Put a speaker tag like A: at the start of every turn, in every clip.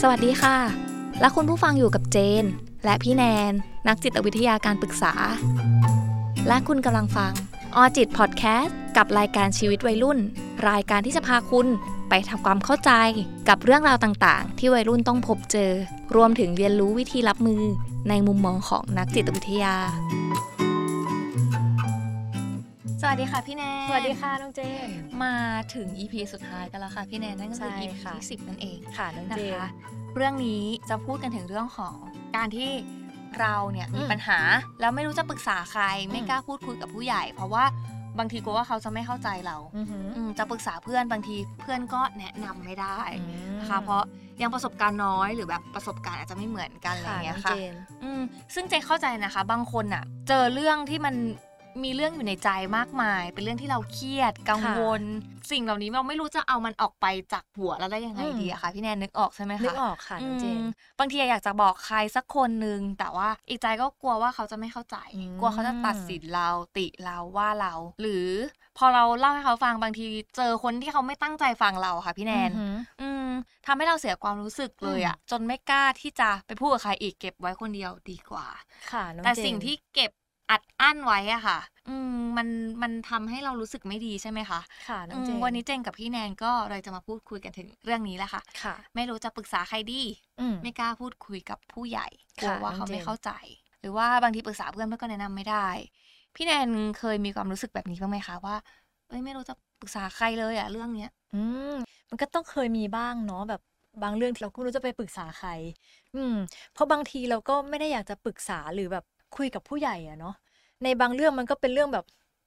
A: สวัสดีค่ะ และคุณผู้ฟังอยู่กับเจน และพี่แนน นักจิตวิทยาการปรึกษา และคุณกำลังฟังออจิตพอดแคสต์กับรายการชีวิตวัยรุ่น รายการที่จะพาคุณไปทำความเข้าใจกับเรื่องราวต่างๆ ที่วัยรุ่นต้องพบเจอ รวมถึงเรียนรู้วิธีรับมือในมุมมองของนักจิตวิทยา สวัสดีค่ะพี่แนน
B: สวัสดีค่ะน้องเจน
A: มาถึง EP สุดท้ายกันแล้วค่ะ พี่แนนนั่นก็คือ
B: ใช่
A: EP
B: ค่ะ
A: ที่10 นั่นเอง
B: ค่ะน้อง
A: นะ
B: เจน
A: คะ เรื่องนี้จะพูดกันถึงเรื่องของการที่เราเนี่ยมี
B: อืม
A: ปัญหา แล้วไม่รู้จะปรึกษาใคร ไม่
B: อืม
A: กล้าพูดคุยกับผู้ใหญ่ เพราะว่าบางทีกลัวว่าเขาจะไม่เข้าใจเรา
B: อือหือ
A: อืมจะปรึกษาเพื่อนบางทีเพื่อนก็แนะนำไม่ได้
B: อืม
A: นะคะเพราะยังประสบการณ์น้อยหรือแบบประสบการณ์อาจจะไม่เหมือนกันอะไรอ
B: ค่ะ
A: ย่าง
B: น้
A: เงี้
B: อย ง
A: ค่ะ
B: เจน
A: อืมซึ่งเจนเข้าใจนะคะ บางคนอะเจอเรื่องที่มันมีเรื่องอยู่ในใจมากมาย เป็นเรื่องที่เราเครียดกังวล สิ่งเหล่านี้เราไม่รู้จะเอามันออกไปจากหัวแล้วได้ยังไง
B: อืม
A: ดีอะคะพี่แนนนึกออกใช่ไหมคะ
B: นึกออกค่ะน้องเจน
A: อืมบางทีอยากจะบอกใครสักคนนึง แต่ว่าอีกใจก็กลัวว่าเขาจะไม่เข้าใจ
B: อืม
A: กลัวเขาจะตัดสินเราติเราว่าเรา หรือพอเราเล่าให้เขาฟังบางทีเจอคนที่เขาไม่ตั้งใจฟังเราค่ะพี่แนน
B: อือหือ
A: อืมทำให้เราเสียความรู้สึกเลยอะจนไม่กล้าที่จะไปพูดกับใครอีกเก็บไว้คนเดียวดีกว่า
B: ค่ะน้องเจน
A: แต่สิ่งที่เก็บอัดอั้นไว้อะค่ะ อืมมันมันทำให้เรารู้สึกไม่ดีใช่ไหมคะ
B: ค่ะน้อ
A: อื
B: งเจ
A: ม
B: น
A: วันนี้เจนกับพี่แนนก็เลยจะมาพูดคุยกันถึงเรื่องนี้แหละค่ะ
B: ค่ะ
A: ไม่รู้จะปรึกษาใครดี
B: อืม
A: ไม่กล้าพูดคุยกับผู้ใหญ่กลัว
B: ค่ะ
A: ว่า
B: น้อง
A: เขาไม่
B: เจน
A: เข้าใจ หรือว่าบางทีปรึกษาเพื่อนเพื่อนก็แนะนำไม่ได้ พี่แนนเคยมีความรู้สึกแบบนี้บ้างไหมคะว่าเอ้ยไม่รู้จะปรึกษาใครเลยอะเรื่องเนี้ย
B: อืมมันก็ต้องเคยมีบ้างเนาะแบบบางเรื่องเราก็ไม่รู้จะไปปรึกษาใคร อืม เพราะบางทีเราก็ไม่ได้อยากจะปรึกษาหรือแบบคุยกับผู้ใหญ่อะเนาะในบางเรื่องมันก็เป็นเรื่องแบบ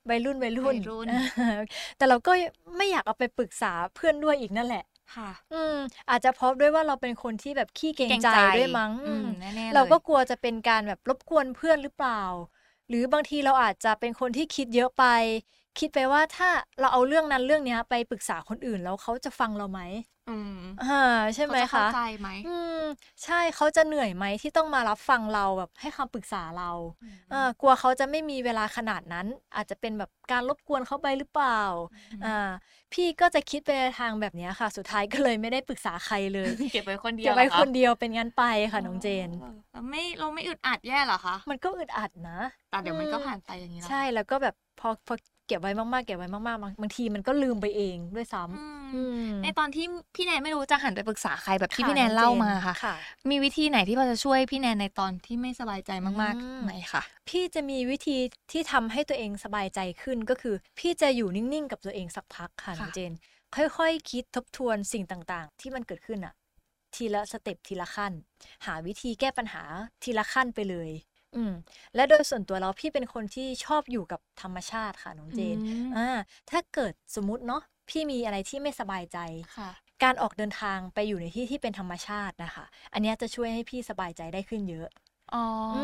B: วัยรุ่นวัยรุ่
A: วัยรุ่น
B: เออ แต่เราก็ไม่อยากเอาไปปรึกษาเพื่อนด้วยอีกนั่นแหละ
A: ค่ะ
B: อืม อาจจะเพราะด้วยว่าเราเป็นคนที่แบบขี้เกรงใจด้วยมั้ง
A: อื
B: อื
A: ม
B: ม
A: แน่ๆ
B: เราก็
A: ลย
B: กลัวจะเป็นการแบบรบกวนเพื่อนหรือเปล่า หรือบางทีเราอาจจะเป็นคนที่คิดเยอะไป คิดไปว่าถ้าเราเอาเรื่องนั้นเรื่องเนี้ยไปปรึกษาคนอื่นแล้วเขาจะฟังเราไหม
A: อืม
B: อ่าใช่ไหม
A: เขาจะเข้า
B: คะ
A: ใจไหม
B: อืม ใช่เขาจะเหนื่อยไหมที่ต้องมารับฟังเราแบบให้คำปรึกษาเราเออกลัวเขาจะไม่มีเวลาขนาดนั้น อาจจะเป็นแบบการรบกวนเขาไปหรือเปล่า
A: อ่า
B: อ่า พี่ก็จะคิดไปในทางแบบเนี้ยค่ะ สุดท้ายก็เลยไม่ได้ปรึกษาใคร เลย
A: เก็บไว้คนเดียว
B: เก็บไว้
A: หรอ
B: ค
A: คะ
B: นเดียวเป็นงั้นไปค่ะน้องเจน
A: ออเราไม่เราไม่อึดอัดแย่เหรอคะ
B: มันก็อึดอัดนะ
A: แต่เดี๋ยวมัน
B: อืม
A: ก็ผ่านไปอย่างนี้แล้ว
B: ใช่แล้วก็แบบพอพอเก็บไว้มากๆเก็บไว้มากๆบางบางทีมันก็ลืมไปเองด้วยซ้
A: อืม
B: ำอืม
A: ในตอนที่พี่แนนไม่รู้จะหันไปปรึกษาใครแบบที่
B: ค่ะ
A: พี่แนน
B: องจ
A: เล่ามาค่ะ
B: ค่ะ
A: มีวิธีไหนที่พอจะช่วยพี่แนนในตอนที่ไม่สบายใจมาก
B: อืม
A: ๆไหมคะ
B: พี่จะมีวิธีที่ทำให้ตัวเองสบายใจขึ้นก็คือ พี่จะอยู่นิ่งๆกับตัวเองสักพักค่ะน้องเจน ค่อยๆ คิดทบทวนสิ่งต่างๆ ที่มันเกิดขึ้นอะทีละสเต็ปทีละขั้น หาวิธีแก้ปัญหาทีละขั้นไปเลย อืมและโดยส่วนตัวเราพี่เป็นคนที่ชอบอยู่กับธรรมชาติค่ะน้องเจน
A: อืม
B: อ่าถ้าเกิดสมมติเนาะพี่มีอะไรที่ไม่สบายใจ
A: ค่ะ
B: การออกเดินทางไปอยู่ในที่ที่เป็นธรรมชาตินะคะ อันเนี้ยจะช่วยให้พี่สบายใจได้ขึ้นเยอะ
A: อ๋ออ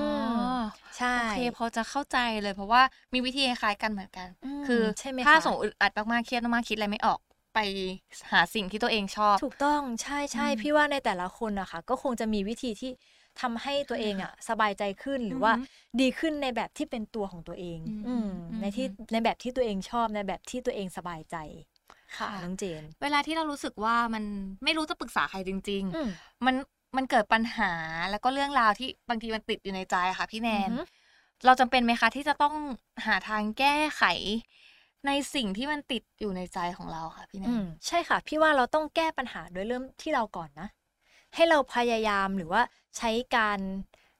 B: ม ใช่
A: โอเคพอจะเข้าใจเลย เพราะว่ามีวิธีคล้ายๆกันเหมือนกัน
B: ม
A: คือ
B: ใช่ไหม
A: ถ้า
B: คะ
A: สมมติอึดอัดมากๆเครียดมากๆคิดอะไรไม่ออกไปหาสิ่งที่ตัวเองชอบ
B: ถูกต้องใช่ใช่
A: อืม
B: พี่ว่าในแต่ละคนนะคะก็คงจะมีวิธีที่ทำให้ตัวเองอะสบายใจขึ้นหรือว่า
A: อือหื
B: ดีขึ้นในแบบที่เป็นตัวของตัวเอง
A: อืม
B: อืม
A: อืม
B: ในที่ในแบบที่ตัวเองชอบในแบบที่ตัวเองสบายใจ
A: ค่ะ
B: น้องเจน
A: เวลาที่เรารู้สึกว่ามันไม่รู้จะปรึกษาใครจริง
B: อืม
A: ๆ มันมันเกิดปัญหาแล้วก็เรื่องราวที่บางทีมันติดอยู่ในใจอะค่ะพี่แนน
B: อือหือ
A: เราจำเป็นไหมคะที่จะต้องหาทางแก้ไข ในสิ่งที่มันติดอยู่ในใจของเราค่ะพี่แน
B: อื
A: น
B: มใช่ค่ะ พี่ว่าเราต้องแก้ปัญหาโดยเริ่มที่เราก่อนนะ ให้เราพยายามหรือว่าใช้การ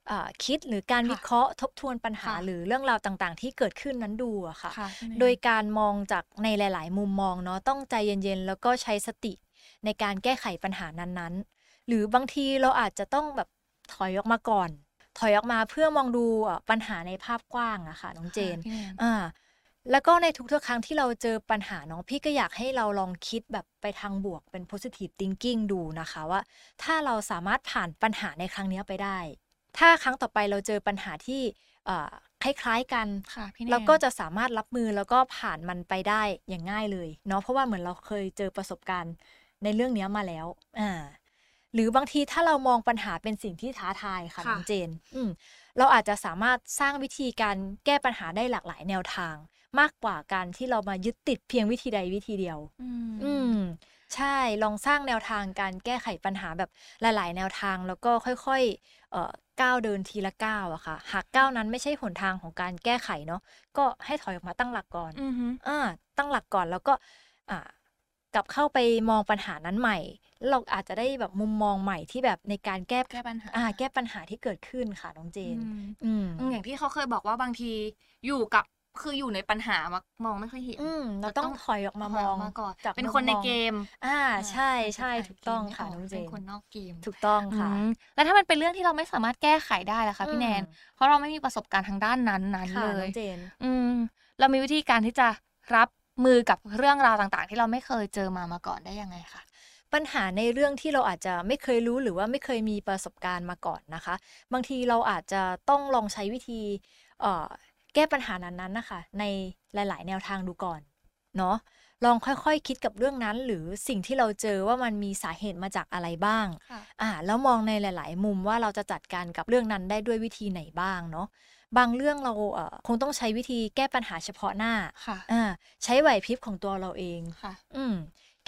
B: เอ่อคิดหรือการ
A: ค่ะ
B: วิเคราะห์ทบทวนปัญหา
A: ค่ะ
B: หรือเรื่องราวต่างๆ ที่เกิดขึ้นนั้นดูอะค่ะ
A: ค่ะพี่แนน
B: โดยการมองจากในหลาย ๆ มุมมองเนาะต้องใจเย็นๆ แล้วก็ใช้สติในการแก้ไขปัญหานั้นๆ หรือบางทีเราอาจจะต้องแบบถอยออกมาก่อน ถอยออกมาเพื่อมองดูเอ่อปัญหาในภาพกว้างอะค่ะน้องเจน
A: ค่ะพี่แน
B: อ่าแล้วก็ในทุกๆครั้งที่เราเจอปัญหาเน้องพี่ก็อยากให้เราลองคิดแบบไปทางบวกเป็น positive thinking ดูนะคะว่า ถ้าเราสามารถผ่านปัญหาในครั้งเนี้ยไปได้ ถ้าครั้งต่อไปเราเจอปัญหาที่เอ่อคล้ายๆกัน
A: ค่ะพี่แนน
B: เราก็จะสามารถรับมือแล้วก็ผ่านมันไปได้อย่างง่ายเลยเนาะเพราะว่าเหมือนเราเคยเจอประสบการณ์ในเรื่องเนี้ยมาแล้วอ่าหรือบางทีถ้าเรามองปัญหาเป็นสิ่งที่ท้าทายค่ะ
A: ค่ะ
B: น้องเจนอืมเราอาจจะสามารถสร้างวิธีการแก้ปัญหาได้หลากหลายแนวทาง มากกว่าการที่เรามายึดติดเพียงวิธีใดวิธีเดียว
A: อืม
B: อืม ใช่ลองสร้างแนวทางการแก้ไขปัญหาแบบหลาย ๆ แนวทางแล้วก็ค่อยๆเอ่อก้าวเดินทีละก้าวอะค่ะ หากก้าวนั้นไม่ใช่หนทางของการแก้ไขเนาะก็ให้ถอยออกมาตั้งหลักก่อน
C: อือฮึ
B: อ่าตั้งหลักก่อนแล้วก็อ่ากลับเข้าไปมองปัญหานั้นใหม่แล้วเราอาจจะได้แบบมุมมองใหม่ที่แบบในการแก้
A: แก้ปัญหา
B: อ่าแก้ปัญหาที่เกิดขึ้นค่ะน้องเจ
A: อื
B: น
A: ม
B: อืม
A: อืมอย่างที่เขาเคยบอกว่าบางทีอยู่กับคืออยู่ในปัญหามามองไม่ค่อยเห็น
B: อืมเราต้องถอยออกมาม
A: ถย
B: อง
A: มาก่อน
B: จาก
A: เป็นคนใน
B: มุมมอง
A: เกม
B: อ่าใช่ใช่
A: มันจะ
B: ถูกต้อง
A: ถ่ายเกม
B: ค่ะน้อง
A: ไม่
B: เจ
A: กเป็น
B: น
A: คนนอกเกม
B: ถูกต้องค่ะ
C: อืมแล้วถ้ามันเป็นเรื่องที่เราไม่สามารถแก้ไขได้ล่ะคะพี่แนน
B: อืม
C: เพราะเราไม่มีประสบการณ์ทางด้านนั้นๆ
B: ค่ะ
C: เล
B: น้
C: ย
B: องเจน
C: อืม เรามีวิธีการที่จะรับมือกับเรื่องราวต่างๆ ที่เราไม่เคยเจอมามาก่อนได้ยังไงคะ
B: ปัญหาในเรื่องที่เราอาจจะไม่เคยรู้หรือว่าไม่เคยมีประสบการณ์มาก่อนนะคะ บางทีเราอาจจะต้องลองใช้วิธีเอ่อแก้ปัญหานั้นๆนะคะในหลาย ๆ แนวทางดูก่อนเนาะลองค่อยๆคิดกับเรื่องนั้นหรือสิ่งที่เราเจอว่ามันมีสาเหตุมาจากอะไรบ้าง
A: ค่ะ
B: อ่าแล้วมองในหลาย ๆ มุมว่าเราจะจัดการกับเรื่องนั้นได้ด้วยวิธีไหนบ้างเนาะบางเรื่องเราเอ่อคงต้องใช้วิธีแก้ปัญหาเฉพาะหน้า
A: ค่ะ
B: อ่าใช้ไหวพริบของตัวเราเอง
A: ค่ะ
B: อืม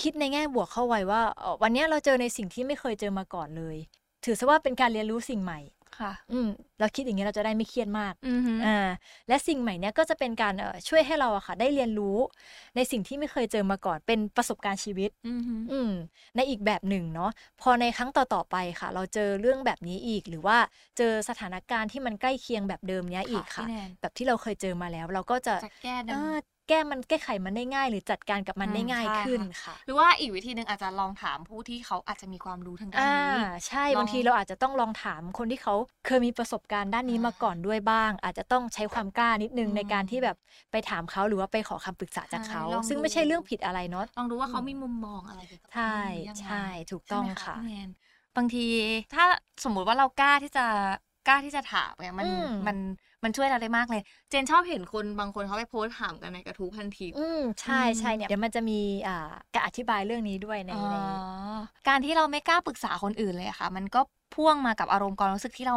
B: คิดในแง่บวกเข้าไว้ว่าเอ่อวันเนี้ยเราเจอในสิ่งที่ไม่เคยเจอมาก่อนเลย ถือซะว่าเป็นการเรียนรู้สิ่งใหม่
A: ค่ะ
B: อืมเราคิดอย่างนี้ยเราจะได้ไม่เครียดมาก
C: อือฮึ
B: อ่าและสิ่งใหม่เนี้ยก็จะเป็นการเอ่อช่วยให้เราอะค่ะ ได้เรียนรู้ ในสิ่งที่ไม่เคยเจอมาก่อนเป็นประสบการณ์ชีวิต
A: อืม
B: อืมในอีกแบบหนึ่งเนาะพอในครั้งต่อๆไปค่ะ เราเจอเรื่องแบบนี้อีก หรือว่าเจอสถานการณ์ที่มันใกล้เคียงแบบเดิมเนี้ยอีกค่ะ
A: พี่แนน
B: แบบที่เราเคยเจอมาแล้ว เราก็จะ
A: จะแก้ได้
B: เอ่อแก้มันแก้ไขมันได้ง่าย หรือจัดการกับมันได้
A: อืม
B: ง่าย
A: ใช่
B: ขึ้น
A: ค่ะ
B: ค่ะ
A: หรือว่าอีกวิธีหนึ่งอาจจะลองถามผู้ที่เขาอาจจะมีความรู้ทางด้าน
B: อ่า
A: นี้
B: ใช่
A: ลอง
B: บางทีเราอาจจะต้องลองถามคนที่เขาเคยมีประสบการณ์ด้านนี้มาก่อนด้วยบ้าง อาจจะต้องใช้ความกล้านิดนึงในการที่แบบไปถามเขาหรือว่าไปขอคำปรึกษาจากเขา ซึ่งไม่ใช่เรื่องผิดอะไรเนาะ
A: ลองดูว่าเขามีมุมมองอะไรเกี่ยวกับ
B: ใช่
A: เรื่องนี้ยังไง
B: ใช่ถูก
A: ใช่
B: ต้อง
A: ไหม
B: ค่ะ
A: พี่แนน
C: บางทีถ้าสมมุติว่าเรากล้าที่จะกล้าที่จะถามเนี่ยมัน
B: อืม
C: มันมันช่วยเราได้มากเลย
A: เจนชอบเห็นคนบางคนเขาไปโพสต์ถามกันในกระทู้พันทิป
B: อืมใช่ใช่
A: อืม
B: เนี่ยเดี๋ยวมันจะมีอ่าการอธิบายเรื่องนี้ด้วยใน
C: อ๋อ
B: ใน
C: การที่เราไม่กล้าปรึกษาคนอื่นเลยอะค่ะ มันก็พ่วงมากับอารมณ์ความรู้สึกที่เรา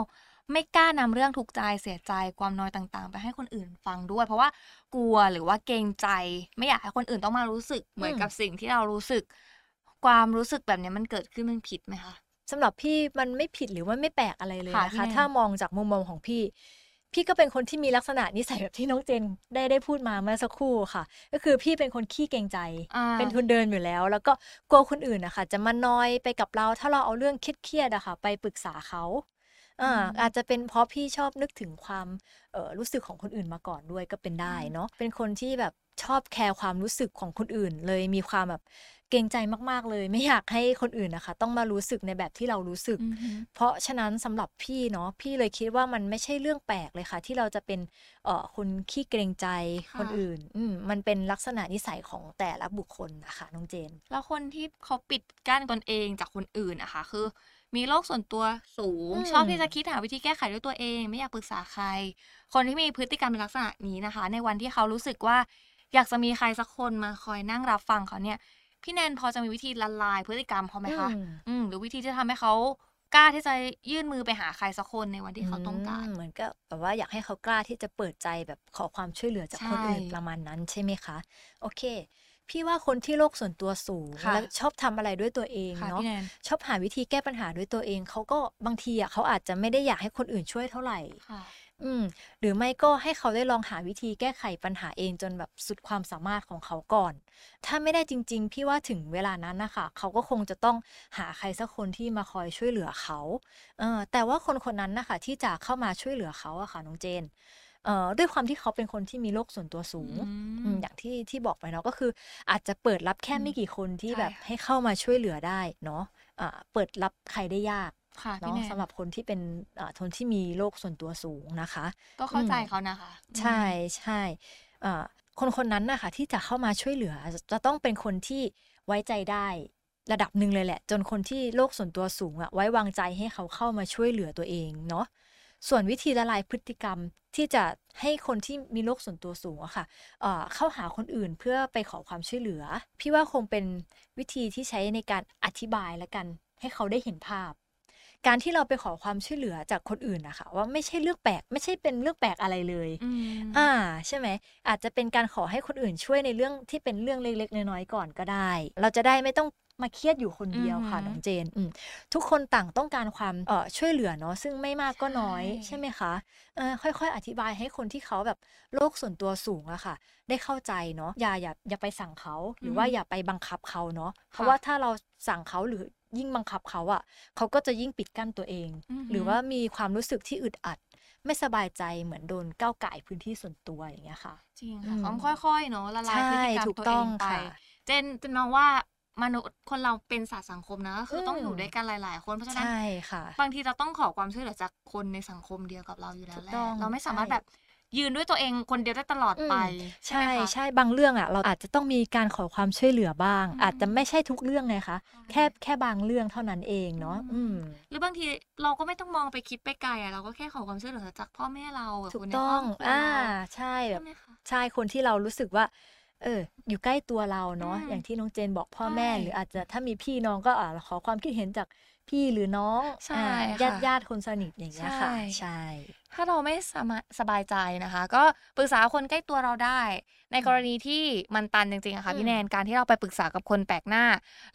C: ไม่กล้านำเรื่องทุกข์ใจเสียใจความน้อยต่างๆ ไปให้คนอื่นฟังด้วย เพราะว่ากลัวหรือว่าเกรงใจ ไม่อยากให้คนอื่นต้องมารู้สึกเหมือน
B: อืม
C: กับสิ่งที่เรารู้สึก ความรู้สึกแบบเนี้ยมันเกิดขึ้นมันผิดไหมคะ
B: สำหรับพี่มันไม่ผิดหรือว่าไม่แปลกอะไรเลย
C: ค่ะ
B: นะ
C: พี่
B: คะ
C: แนน
B: ถ้ามองจากมุมมองของพี่ พี่ก็เป็นคนที่มีลักษณะนิสัยแบบที่น้องเจนได้ได้พูดมาเมื่อสักครู่ค่ะ ก็คือพี่เป็นคนขี้เกรงใจ
A: อ่า
B: เป็นทุนเดินอยู่แล้ว แล้วก็กลัวคนอื่นนะคะจะมานอยไปกับเราถ้าเราเอาเรื่องเครียดๆอะค่ะ ไปปรึกษาเขาอ่าอาจจะเป็นเพราะพี่ชอบนึกถึงความเอ่อรู้สึกของคนอื่นมาก่อนด้วยก็เป็นได้เนาะเป็นคนที่แบบชอบแคร์ความรู้สึกของคนอื่น เลยมีความแบบเกรงใจมากๆเลย ไม่อยากให้คนอื่นนะคะ ต้องมารู้สึกในแบบที่เรารู้สึก
C: อือฮึ
B: เพราะฉะนั้นสำหรับพี่เนาะพี่เลยคิดว่ามันไม่ใช่เรื่องแปลกเลยค่ะ ที่เราจะเป็นเอ่อคนขี้เกรงใจ
A: ค่ะ
B: คนอื่นอืมมันเป็นลักษณะนิสัยของแต่ละบุคคลนะคะน้องเจน
A: แล้วคนที่เขาปิดกั้นตนเองจากคนอื่นอะค่ะคือ มีโลกส่วนตัวสูง
B: อืม
A: ชอบที่จะคิดหาวิธีแก้ไขด้วยตัวเอง ไม่อยากปรึกษาใคร คนที่มีพฤติกรรมเป็นลักษณะนี้นะคะ ในวันที่เขารู้สึกว่า อยากจะมีใครสักคนมาคอยนั่งรับฟังเขาเนี่ย พี่แนนพอจะมีวิธีละลายพฤติกรรมเขาไหมคะ
B: อืม
A: อืมหรือวิธีที่จะทำให้เขากล้าที่จะยื่นมือไปหาใครสักคนในวันที่เขาต้องการ
B: มเหมือนก็แบบว่าอยากให้เขากล้าที่จะเปิดใจแบบขอความช่วยเหลือจากคนอื่น
A: ใช่
B: ประมาณนั้นใช่ไหมคะ โอเค พี่ว่าคนที่โลกส่วนตัวสูง
A: ค่ะ
B: และชอบทำอะไรด้วยตัวเอง
A: ค่ะ
B: เนาะ
A: พี่แนน
B: ชอบหาวิธีแก้ปัญหาด้วยตัวเองเขาก็บางทีอ่ะเขาอาจจะไม่ได้อยากให้คนอื่นช่วยเท่าไหร่
A: ค่ะ
B: อืมหรือไม่ก็ให้เขาได้ลองหาวิธีแก้ไขปัญหาเองจนแบบสุดความสามารถของเขาก่อน ถ้าไม่ได้จริง ๆ พี่ว่าถึงเวลานั้นนะคะเขาก็คงจะต้องหาใครสักคนที่มาคอยช่วยเหลือเขาเออแต่ว่าคนคนนั้นนะคะที่จะเข้ามาช่วยเหลือเขาอะค่ะน้องเจนเอ่อด้วยความที่เขาเป็นคนที่มีโลกส่วนตัวสูง อืมอย่างที่ที่บอกไปเนาะก็คืออาจจะเปิดรับแค่ไม่กี่คนที่
A: ใช่
B: แบบ
A: ค่ะ
B: ให้เข้ามาช่วยเหลือได้เนาะอ่าเปิดรับใครได้ยาก
A: ค่ะพี่
B: เนาะ
A: แนน
B: สำหรับคนที่เป็นอ่าคนที่มีโลกส่วนตัวสูงนะคะ
A: ก็เข้าใจเขานะคะ
B: ใช่ใช่เอ่อคนคนนั้นนะคะที่จะเข้ามาช่วยเหลือ จะต้องเป็นคนที่ไว้ใจได้ระดับหนึ่งเลยแหละ จนคนที่โลกส่วนตัวสูงอะไว้วางใจให้เขาเข้ามาช่วยเหลือตัวเองเนาะส่วนวิธีละลายพฤติกรรมที่จะให้คนที่มีโลกส่วนตัวสูงอะค่ะเอ่อเข้าหาคนอื่นเพื่อไปขอความช่วยเหลือ พี่ว่าคงเป็นวิธีที่ใช้ในการอธิบายละกัน ให้เขาได้เห็นภาพ การที่เราไปขอความช่วยเหลือจากคนอื่นนะคะว่าไม่ใช่เรื่องแปลกไม่ใช่เป็นเรื่องแปลกอะไรเลย
A: อืม
B: อ่าใช่ไหมอาจจะเป็นการขอให้คนอื่นช่วยในเรื่องที่เป็นเรื่องเล็กๆน้อยๆก่อนก็ได้ เราจะได้ไม่ต้อง มาเครียดอยู่คนเดียวค่ะ
A: อืม
B: น้องเจนอืมทุกคนต่างต้องการความเอ่อช่วยเหลือเนาะซึ่งไม่มากก็น้อย
A: ใช่
B: ใช่ไหมคะเออค่อยๆ อธิบายให้คนที่เขาแบบโลกส่วนตัวสูงอะค่ะ ได้เข้าใจเนาะอย่าอย่าอย่าไปสั่งเขาหรือว่า
A: อืม
B: อย่าไปบังคับเขาเนาะเพ
A: ค่ะ
B: ราะว่าถ้าเราสั่งเขาหรือยิ่งบังคับเขาอะเขาก็จะยิ่งปิดกั้นตัวเอง หรือว่ามีความรู้สึกที่อึดอัด ไม่สบายใจเหมือนโดนก้าวไก่ายพื้นที่ส่วนตัวอย่างเงี้ยค่ะ
A: จริง
B: อื
A: ค่ะ
B: ม
A: ต้องค่อยๆ เนาะละลายพฤติกรรม
B: ใช่ถูก
A: ตัว
B: ต้
A: เอ
B: อง
A: งไป
B: ค่ะ
A: เจนเจนมองว่ามนุษย์คนเราเป็นสัตว์สังคมนะก็คืออ
B: ม
A: ต้องอยู่ด้วยกันหลาย ๆ คนเพราะฉะนั้น
B: ใช่ค่ะ
A: บางทีเราต้องขอความช่วยเหลือจากคนในสังคมเดียวกับเราอยู่แล้ว
B: ถู
A: แห
B: ก
A: ละ
B: ต้อง
A: เราไม่สามารถ
B: ใช่
A: แบบยืนด้วยตัวเองคนเดียวได้ตลอดไป
B: อืม
A: ใช่
B: ใช่
A: ไหมคะ
B: ใช่บางเรื่องอ่ะเราอาจจะต้องมีการขอความช่วยเหลือบ้าง
A: อืม
B: อาจจะไม่ใช่ทุกเรื่องไงคะ
A: ใช่
B: แค่แค่บางเรื่องเท่านั้นเองเนาะ
A: อื
B: อื
A: ม
B: ม
A: หรือบางทีเราก็ไม่ต้องมองไปคิดไปไกลอ่ะเราก็แค่ขอความช่วยเหลือจากพ่อแม่เราหรื
B: ถู
A: ค
B: ก
A: นใน
B: ต้อ
A: ครง บครัว
B: อ่า
A: เรา
B: ใช่แบ
A: ใช่
B: บ
A: ไหมคะ
B: ใช่คนที่เรารู้สึกว่า เออ อยู่ใกล้ตัวเราเนาะ
A: อืม
B: อย่างที่น้องเจนบอกพ่อแม่
A: ใช่
B: หรืออาจจะถ้ามีพี่น้องก็อ่าขอความคิดเห็นจากพี่หรือน้อง
A: ใช่
B: อ่า
A: ค่ะ
B: ญาติญาติคนสนิทอย่างเงี้ยค่ะ
A: ใช่
B: ใช่
A: ถ้าเราไม่สามารถสบายใจนะคะ ก็ปรึกษาคนใกล้ตัวเราได้ ในกรณีที่มันตันจริงๆอะค่ะ
B: อืม
A: พี่แนนการที่เราไปปรึกษากับคนแปลกหน้า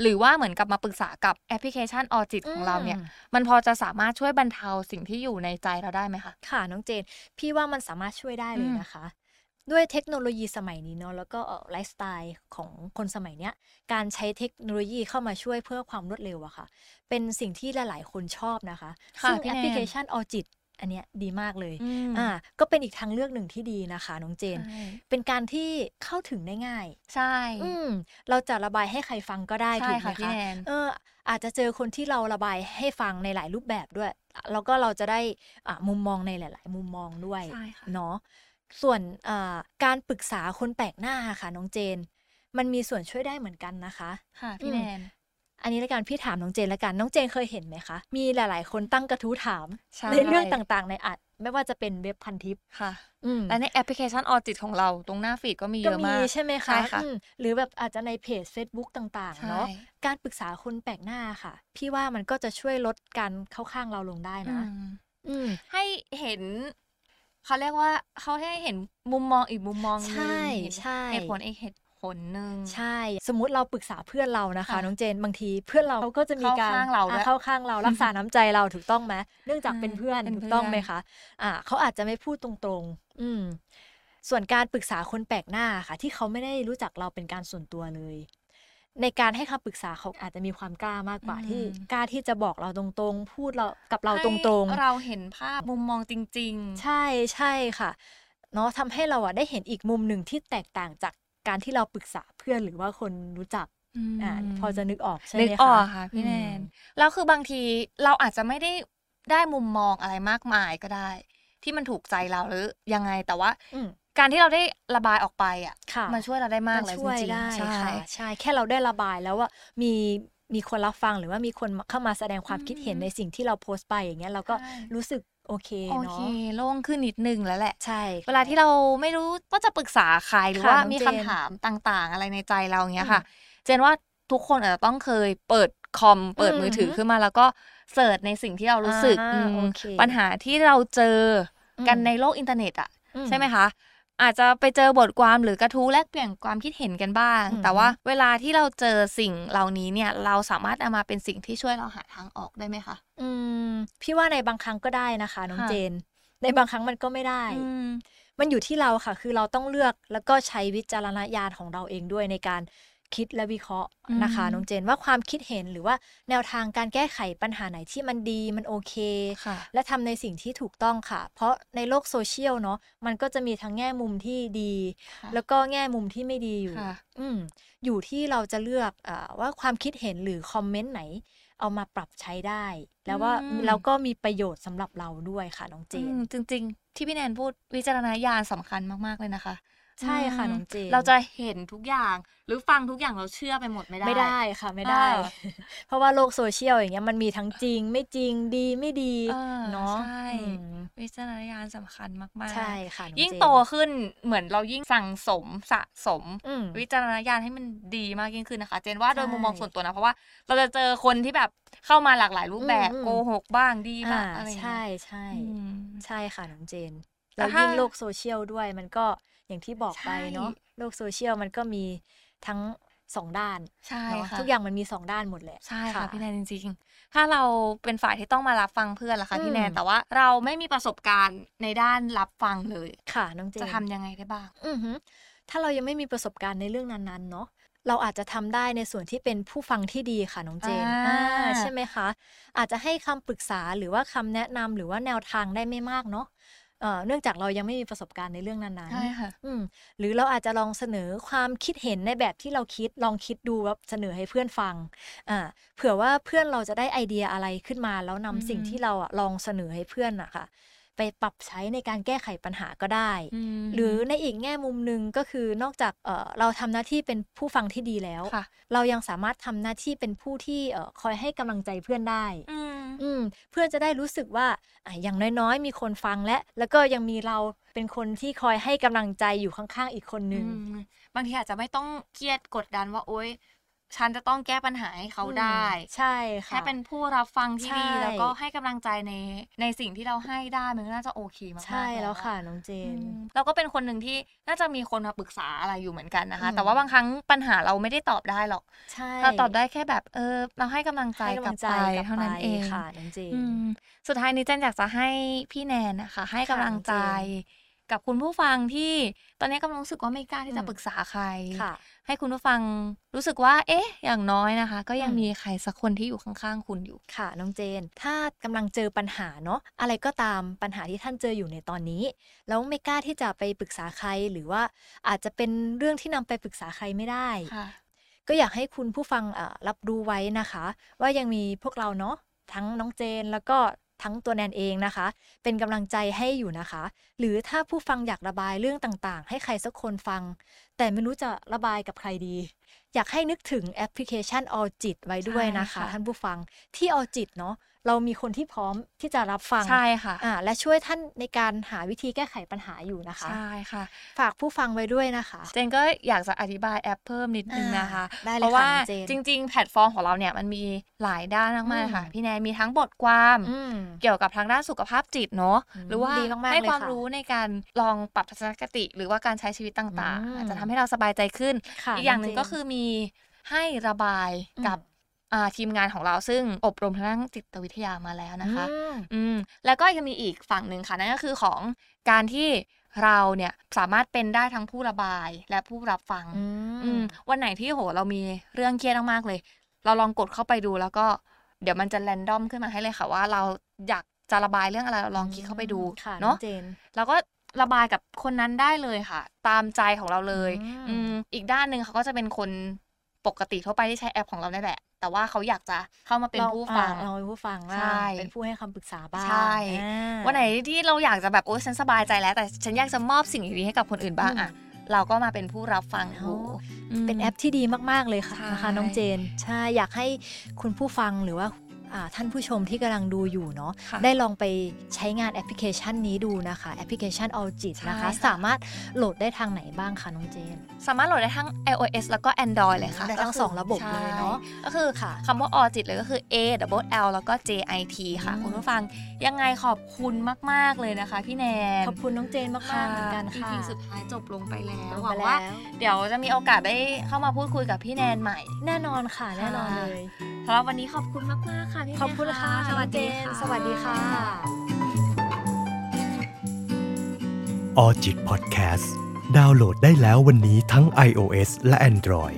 A: หรือว่าเหมือนกับมาปรึกษากับแอปพลิเคชันออจิตของเราเนี่ย
B: อืม
A: มันพอจะสามารถช่วยบรรเทาสิ่งที่อยู่ในใจเราได้ไหมคะ
B: ค่ะน้องเจน พี่ว่ามันสามารถช่วยได้เลย
A: อืม
B: นะคะ ด้วยเทคโนโลยีสมัยนี้เนาะแล้วก็เอ่อไลฟ์สไตล์ของคนสมัยเนี้ยการใช้เทคโนโลยีเข้ามาช่วยเพื่อความรวดเร็วอะค่ะ เป็นสิ่งที่หลาย ๆ คนชอบนะคะ
A: ค่ะ
B: ซึ่ง
A: พี่
B: แอ
A: แนน
B: ปพลิเคชันออจิตอันเนี้ยดีมากเลย
A: อ่า
B: อ่าก็เป็นอีกทางเลือกหนึ่งที่ดีนะคะน้องเจน
A: ใช่
B: เป็นการที่เข้าถึงได้ง่าย
A: ใช่
B: อืมเราจะระบายให้ใครฟังก็ได้
A: ใช่
B: ถูกไหม
A: ค่ะพี่
B: คะ
A: แนน
B: เอออาจจะเจอคนที่เราระบายให้ฟังในหลายรูปแบบด้วย แล้วก็เราจะได้อ่ะมุมมองในหลาย ๆ มุมมองด้วย
A: ใช่ค่ะ
B: เนาะส่วนอ่าการปรึกษาคนแปลกหน้าค่ะน้องเจน มันมีส่วนช่วยได้เหมือนกันนะคะ
A: ค่ะพี่แนน
B: อันนี้ละกันพี่ถามน้องเจนละกันน้องเจนเคยเห็นไหมคะมีหลาย ๆ คนตั้งกระทู้ถาม
A: ใช่
B: ในเรื่องต่าง ๆ ในอัดไม่ว่าจะเป็นเว็บพันทิป
A: ค่ะ
B: อืม
A: และในแอปพลิเคชันออจิตของเราตรงหน้าฟีดก็มีเย
B: ก็
A: อะ
B: มี
A: มาก
B: ใช่ไหม
A: ใช่
B: คะ
A: ค่ะ
B: อืมหรือแบบอาจจะในเพจ Facebook ต่าง
A: ใช่
B: ๆ เนาะการปรึกษาคนแปลกหน้าค่ะ พี่ว่ามันก็จะช่วยลดการเข้าข้างเราลงได้นะ
A: อืม
B: อืม
A: ให้เห็น เขาเรียกว่าเขาให้เห็นมุมมองอีกมุมมองหนึง
B: ใช่
A: เห็น
B: ใช่
A: เหตุผลอีกเหตุผลหนึ่ง
B: ใช่ สมมติเราปรึกษาเพื่อนเรานะคะ
A: ค่ะ
B: น้องเจนบางทีเพื่อนเราก็จะมีการ
A: เข้าข้างเราด้วย
B: อ่ะเข้าข้างเรารักษาน้ำใจเราถูกต้องไหมเนื่องจาก
A: อ่า
B: เป็นเพื่อน
A: เป็น
B: ถู
A: เพื่อ
B: ก
A: น
B: ต้องไหมคะอ่าเขาอาจจะไม่พูดตรงๆ อืม ส่วนการปรึกษาคนแปลกหน้าค่ะ ที่เขาไม่ได้รู้จักเราเป็นการส่วนตัวเลย ในการให้คำปรึกษาเขาอาจจะมีความกล้ามากกว่าที่กล้าที่จะบอกเราตรงๆ พูดเรากับเราตรง
A: ให้
B: ๆ
A: เราเห็นภาพมุมมองจริง ๆ
B: ใช่ใช่ค่ะเนาะทำให้เราอะได้เห็นอีกมุมหนึ่งที่แตกต่างจากการที่เราปรึกษาเพื่อนหรือว่าคนรู้จัก
A: ม
B: อ่าพอจะนึกออกใช่ไหม
A: นึ
B: คะ
A: กออกค่ะพี่แนน
B: อืม
A: แล้วคือบางทีเราอาจจะไม่ได้ได้มุมมองอะไรมากมายก็ได้ ที่มันถูกใจเราหรือยังไงแต่ว่า
B: อืม
A: การที่เราได้ระบายออกไปอ่ะ
B: ค่ะ
A: มันช่วยเราได้มากเลย
B: น
A: จ
B: ช่วย
A: ริง
B: ได้
A: ๆ
B: ค่ะใช่ แค่เราได้ระบายแล้วว่ามีมีคนรับฟังหรือว่ามีคนเข้ามาแสดงความ
A: อืม
B: คิดเห็นในสิ่งที่เราโพสต์ไปอย่างเงี้ยเราก็
A: ใช่
B: รู้สึกโอเค
A: โอ
B: เนาะ
A: เคโล่งขึ้นนิดนึงแล้วแหละ
B: ใช่ค่ะ
A: เวลาที่เราไม่รู้ว่าจะปรึกษาใครหรือ
B: ค่ะ
A: ว่า
B: น้อง
A: มี
B: เจน
A: คำถามต่างๆ อะไรในใจเราอย่างเงี้ย
B: อืม
A: ค่ะ เจนว่าทุกคนอาจจะต้องเคยเปิดคอมเปิด
B: อืม
A: มือถือขึ้นมาแล้วก็เสิร์ชในสิ่งที่เรารู้สึก
B: อ่า
A: อืม
B: โอเค
A: ปัญหาที่เราเจออ
B: ม
A: กันในโลกอินเทอร์เน็ตอ่ะ
B: อื
A: ใช่ไหมคะ อาจจะไปเจอบทความหรือกระทู้แลกเปลี่ยนความคิดเห็นกันบ้าง
B: อืม
A: แต่ว่าเวลาที่เราเจอสิ่งเหล่านี้เนี่ยเราสามารถเอามาเป็นสิ่งที่ช่วยเราหาทางออกได้ไหมคะ
B: อืมพี่ว่าในบางครั้งก็ได้นะคะน้อง
A: ค่ะ
B: เจน ในบางครั้งมันก็ไม่ได้
A: อืม
B: มันอยู่ที่เราค่ะ คือเราต้องเลือกแล้วก็ใช้วิจารณญาณของเราเองด้วยในการคิดและวิเคราะห์นะคะ
A: อืม
B: น้องเจนว่าความคิดเห็นหรือว่าแนวทางการแก้ไขปัญหาไหนที่มันดีมันโอเค
A: ค่ะ
B: และทำในสิ่งที่ถูกต้องค่ะ เพราะในโลกโซเชียลเนาะมันก็จะมีทั้งแง่มุมที่ดี
A: ค่ะ
B: แล้วก็แง่มุมที่ไม่ดีอยู่
A: ค่ะ
B: อืมอยู่ที่เราจะเลือกอาว่าความคิดเห็นหรือคอมเมนต์ไหน เอามาปรับใช้ได้ แล้วว่า
A: อืม
B: แล้วก็มีประโยชน์สำหรับเราด้วยค่ะน้องเจน
A: อืมจริง ๆ ที่พี่แนนพูดวิจารณญาณสำคัญมากๆเลยนะคะ
B: ใช่ค่ะ
A: ม
B: น้องเจน
A: เราจะเห็นทุกอย่างหรือฟังทุกอย่างเราเชื่อไปหมดไม่ได้
B: ไม่ได้ค่ะไม่ได้
A: เออ
B: เพราะว่าโลกโซเชียลอย่างเงี้ยมันมีทั้งจริงไม่จริงดีไม่ดี
A: เออ
B: เนาะ
A: ใช่
B: อืม
A: วิจารณญาณสำคัญมากๆ
B: ใช่ค่ะน้อ
A: ยิ่ง
B: เจน
A: โตขึ้นเหมือนเรายิ่งสั่งสมสะสม
B: อืม
A: วิจารณญาณให้มันดีมากยิ่งขึ้นนะคะ เจนว่าโดย
B: ใช่
A: มุมมองส่วนตัวนะ เพราะว่าเราจะเจอคนที่แบบเข้ามาหลากหลายรูปแบบ
B: อืมอืม
A: โกหกบ้างดีบ้า
B: อ่าง
A: อะไรอย่าง
B: ใช่
A: เงี้ย
B: ใช่
A: อืม
B: ใช่ค่ะน้องเจน
A: แต่
B: แล้ว
A: ถ้า
B: ยิ่งโลกโซเชียลด้วยมันก็อย่างที่บอกไปเนาะ
A: ใช่
B: โลกโซเชียลมันก็มีทั้ง สองด้าน
A: ใช่
B: เนาะ
A: ค่ะ
B: ทุกอย่างมันมีสองด้านหมดแหละ
A: ใช่ค่ะพี่แนนจริงๆ ถ้าเราเป็นฝ่ายที่ต้องมารับฟังเพื่อนล่ะคะพี่แนน
B: อืม
A: แต่ว่าเราไม่มีประสบการณ์ในด้านรับฟังเลย
B: ค่ะน้องเจน
A: จะทำยังไงได้บ้าง
B: อือหือถ้าเรายังไม่มีประสบการณ์ในเรื่องนั้นๆ เนาะเราอาจจะทำได้ในส่วนที่เป็นผู้ฟังที่ดีค่ะน้องเจน
A: อ่า
B: อ่าใช่ไหมคะ อาจจะให้คำปรึกษาหรือว่าคำแนะนำหรือว่าแนวทางได้ไม่มากเนาะเอ่อเนื่องจากเรายังไม่มีประสบการณ์ในเรื่องนั้น
A: ใช่ค่ะ
B: ๆอืมหรือเราอาจจะลองเสนอความคิดเห็นในแบบที่เราคิดลองคิดดูว่าเสนอให้เพื่อนฟังอ่าเผื่อว่าเพื่อนเราจะได้ไอเดียอะไรขึ้นมา แล้วนำ
A: อือหือ
B: สิ่งที่เราอะลองเสนอให้เพื่อนอะค่ะไปปรับใช้ในการแก้ไขปัญหาก็ได้
A: ม
B: หรือในอีกแง่มุมหนึ่งก็คือนอกจากเอ่อเราทำหน้าที่เป็นผู้ฟังที่ดีแล้ว
A: ค่ะ
B: เรายังสามารถทำหน้าที่เป็นผู้ที่เอ่อคอยให้กำลังใจเพื่อนได้
A: อืม
B: อืมเพื่อนจะได้รู้สึกว่าอ่ะอย่างน้อยๆ มีคนฟังและ แล้วก็ยังมีเราเป็นคนที่คอยให้กำลังใจอยู่ข้างๆ อีกคนนึง
A: อืมบางทีอาจจะไม่ต้องเครียดกดดันว่าโอ๊ยฉันจะต้องแก้ปัญหาให้เขาได้
B: อืมใช่ค่ะ
A: แค่เป็นผู้รับฟังที่ดี
B: ใช่
A: แล้วก็ให้กำลังใจในในสิ่งที่เราให้ได้มันก็น่าจะโอเคมากๆ
B: ใช่แล้วค่ะ
A: อ
B: น้องเจ
A: อื
B: น
A: มเราก็เป็นคนหนึ่งที่น่าจะมีคนมาปรึกษาอะไรอยู่เหมือนกันนะคะ
B: อืม
A: แต่ว่าบางครั้งปัญหาเราไม่ได้ตอบได้หรอก
B: ใช่
A: เราตอบได้แค่แบบเออเราให้กำลังใจ
B: ให้
A: ก
B: กำลั
A: ลับ
B: งใจ
A: ไป
B: กลับ
A: เท่านั้น
B: ไป
A: เอง
B: ค่ะน้องเจน
A: อืมสุดท้ายนี้เจนอยากจะให้พี่แนนนะคะ ให้กำลังใจ
B: ค่ะ
A: กับคุณผู้ฟังที่ตอนนี้กำลังรู้สึกว่าไม่กล้าที่จะ
B: อืม
A: ปรึกษาใคร
B: ค่ะ
A: ให้คุณผู้ฟังรู้สึกว่า เอ๊ะ อย่างน้อยนะคะ ก็ยัง
B: อืม
A: มีใครสักคนที่อยู่ข้างๆคุณอยู่
B: ค่ะน้องเจน ถ้ากำลังเจอปัญหาเนาะอะไรก็ตามปัญหาที่ท่านเจออยู่ในตอนนี้ แล้วไม่กล้าที่จะไปปรึกษาใครหรือว่าอาจจะเป็นเรื่องที่นำไปปรึกษาใครไม่ได้
A: ค่ะ
B: ก็อยากให้คุณผู้ฟังเอ่อรับรู้ไว้นะคะ ว่ายังมีพวกเราเนาะทั้งน้องเจนแล้วก็ทั้งตัวแนนเองนะคะ เป็นกำลังใจให้อยู่นะคะ หรือถ้าผู้ฟังอยากระบายเรื่องต่างๆ ให้ใครสักคนฟัง แต่ไม่รู้จะระบายกับใครดี อยากให้นึกถึงแอปพลิเคชัน All จิตไว้ด้วยนะคะ
A: ใช่ค่ะ
B: ท่านผู้ฟังที่ All จิตเนาะเรามีคนที่พร้อมที่จะรับฟัง
A: ใช่ค่ะ
B: อ่าและช่วยท่านในการหาวิธีแก้ไขปัญหาอยู่นะคะ
A: ใช่ค่ะ
B: ฝากผู้ฟังไว้ด้วยนะคะ
A: เจนก็อยากจะอธิบายแอปเพิ่มนิดนึงนะคะ
B: อ่าได้เล
A: เพ
B: ยค่ะ
A: ราะว่า
B: น้องเจน
A: จริง ๆ แพลตฟอร์มของเราเนี่ยมันมีหลายด้านมากๆเลยค่ะ
B: อืม
A: พี่แนนมีทั้งบทความ
B: อืม
A: เกี่ยวกับทางด้านสุขภาพจิตเนาะ
B: อืม
A: หรือว่า
B: ดีมากๆ
A: ให้
B: เลย
A: ความ
B: ค่ะ
A: รู้ในการลองปรับทัศนคติ หรือว่าการใช้ชีวิตต่าง
B: อื
A: ๆ
B: ม
A: อาจจะทำให้เราสบายใจขึ้น
B: ค่ะ
A: อีกอย่างหนึ่ง
B: เจ
A: ก็คือมีให้ระบาย
B: อืม
A: กับอ่าทีมงานของเราซึ่งอบรมทางด้านจิตวิทยามาแล้วนะคะ
B: อืม
A: อืมแล้วก็ยังมีอีกฝั่งหนึ่งค่ะนั่นก็คือของการที่เราเนี่ยสามารถเป็นได้ทั้งผู้ระบายและผู้รับฟัง
B: อื
A: อื
B: ม
A: มวันไหนที่โหเรามีเรื่องเครียดมากๆเลย เราลองกดเข้าไปดูแล้วก็เดี๋ยวมันจะแรนดอมขึ้นมาให้เลยค่ะว่า เราอยากจะระบายเรื่องอะไรเราลองคลิกเข้าไปดู
B: ค่ะ
A: เนาะ
B: องเจน
A: แล้วก็ระบายกับคนนั้นได้เลยค่ะ ตามใจของเราเลย
B: อืม
A: อืมอีกด้านหนึ่งเขาก็จะเป็นคนปกติทั่วไปที่ใช้แอปของเราได้แหละ แต่ว่าเขาอยากจะเข้ามาเป็น
B: ลอ
A: ผู้ฟัง
B: อ่าลองเป็นผู้ฟัง
A: ใช่
B: ว่างเป็นผู้ให้คำปรึกษาบ้าง
A: ใช่
B: อ่า
A: วันไหนที่เราอยากจะแบบโอ้ฉันสบายใจแล้ว แต่ฉันอยากจะมอบสิ่งดีๆให้กับคนอื่นบ้าง
B: อืม
A: อ่ะเราก็มาเป็นผู้รับฟัง
B: อ๋อ
A: ดูม
B: เป็นแอปที่ดีมาก ๆ เลยค่ะ
A: ใช่
B: นะคะน้องเจน ใช่ อยากให้คุณผู้ฟังหรือว่าอ่าท่านผู้ชมที่กำลังดูอยู่เนาะ
A: ค่ะ
B: ได้ลองไปใช้งานแอปพลิเคชันนี้ดูนะคะ แอปพลิเคชัน All จิตนะ
A: ใช่
B: คะ
A: ค่ะ
B: สามารถโหลดได้ทางไหนบ้างคะน้องเจน
A: สามารถโหลดได้ทั้ง iOS แล้วก็ Android เลยค่ะ
B: ได้ทั้ง
A: ก็คื
B: สองระบบ
A: ใช่
B: เลยเนอะ
A: ก็คือ
B: ค่ะ
A: คำว่าออจิตเลยก็คือ A double L แล้วก็ J I T ค่ะ
B: อืม
A: คุณผู้ฟังยังไงขอบคุณมาก ๆ เลยนะคะ พี่แนน
B: ขอบคุณน้องเจนมาก ๆ เหมือนกันค่ะ
A: อีสุดท้ายจบลงไปแล้ว
B: จบลง
A: ห
B: ไป
A: วังว่า
B: แล้ว
A: เดี๋ยวจะมีโอกาสได้เข้ามาพูดคุยกับพี่แนนใหม่
B: แน่นอนค่ะ แน่นอนเลย
A: สำหรับวันนี้ขอบคุณมาก ๆ ค่ะพี่แนน
B: ขอบคุณค่ะ
A: สวัสดีค่ะ
B: น้องเจนสวัสดีค่ะ
D: ออจิตพอดแคสต์ดาวน์โหลดได้แล้ววันนี้ทั้ง iOS และ Android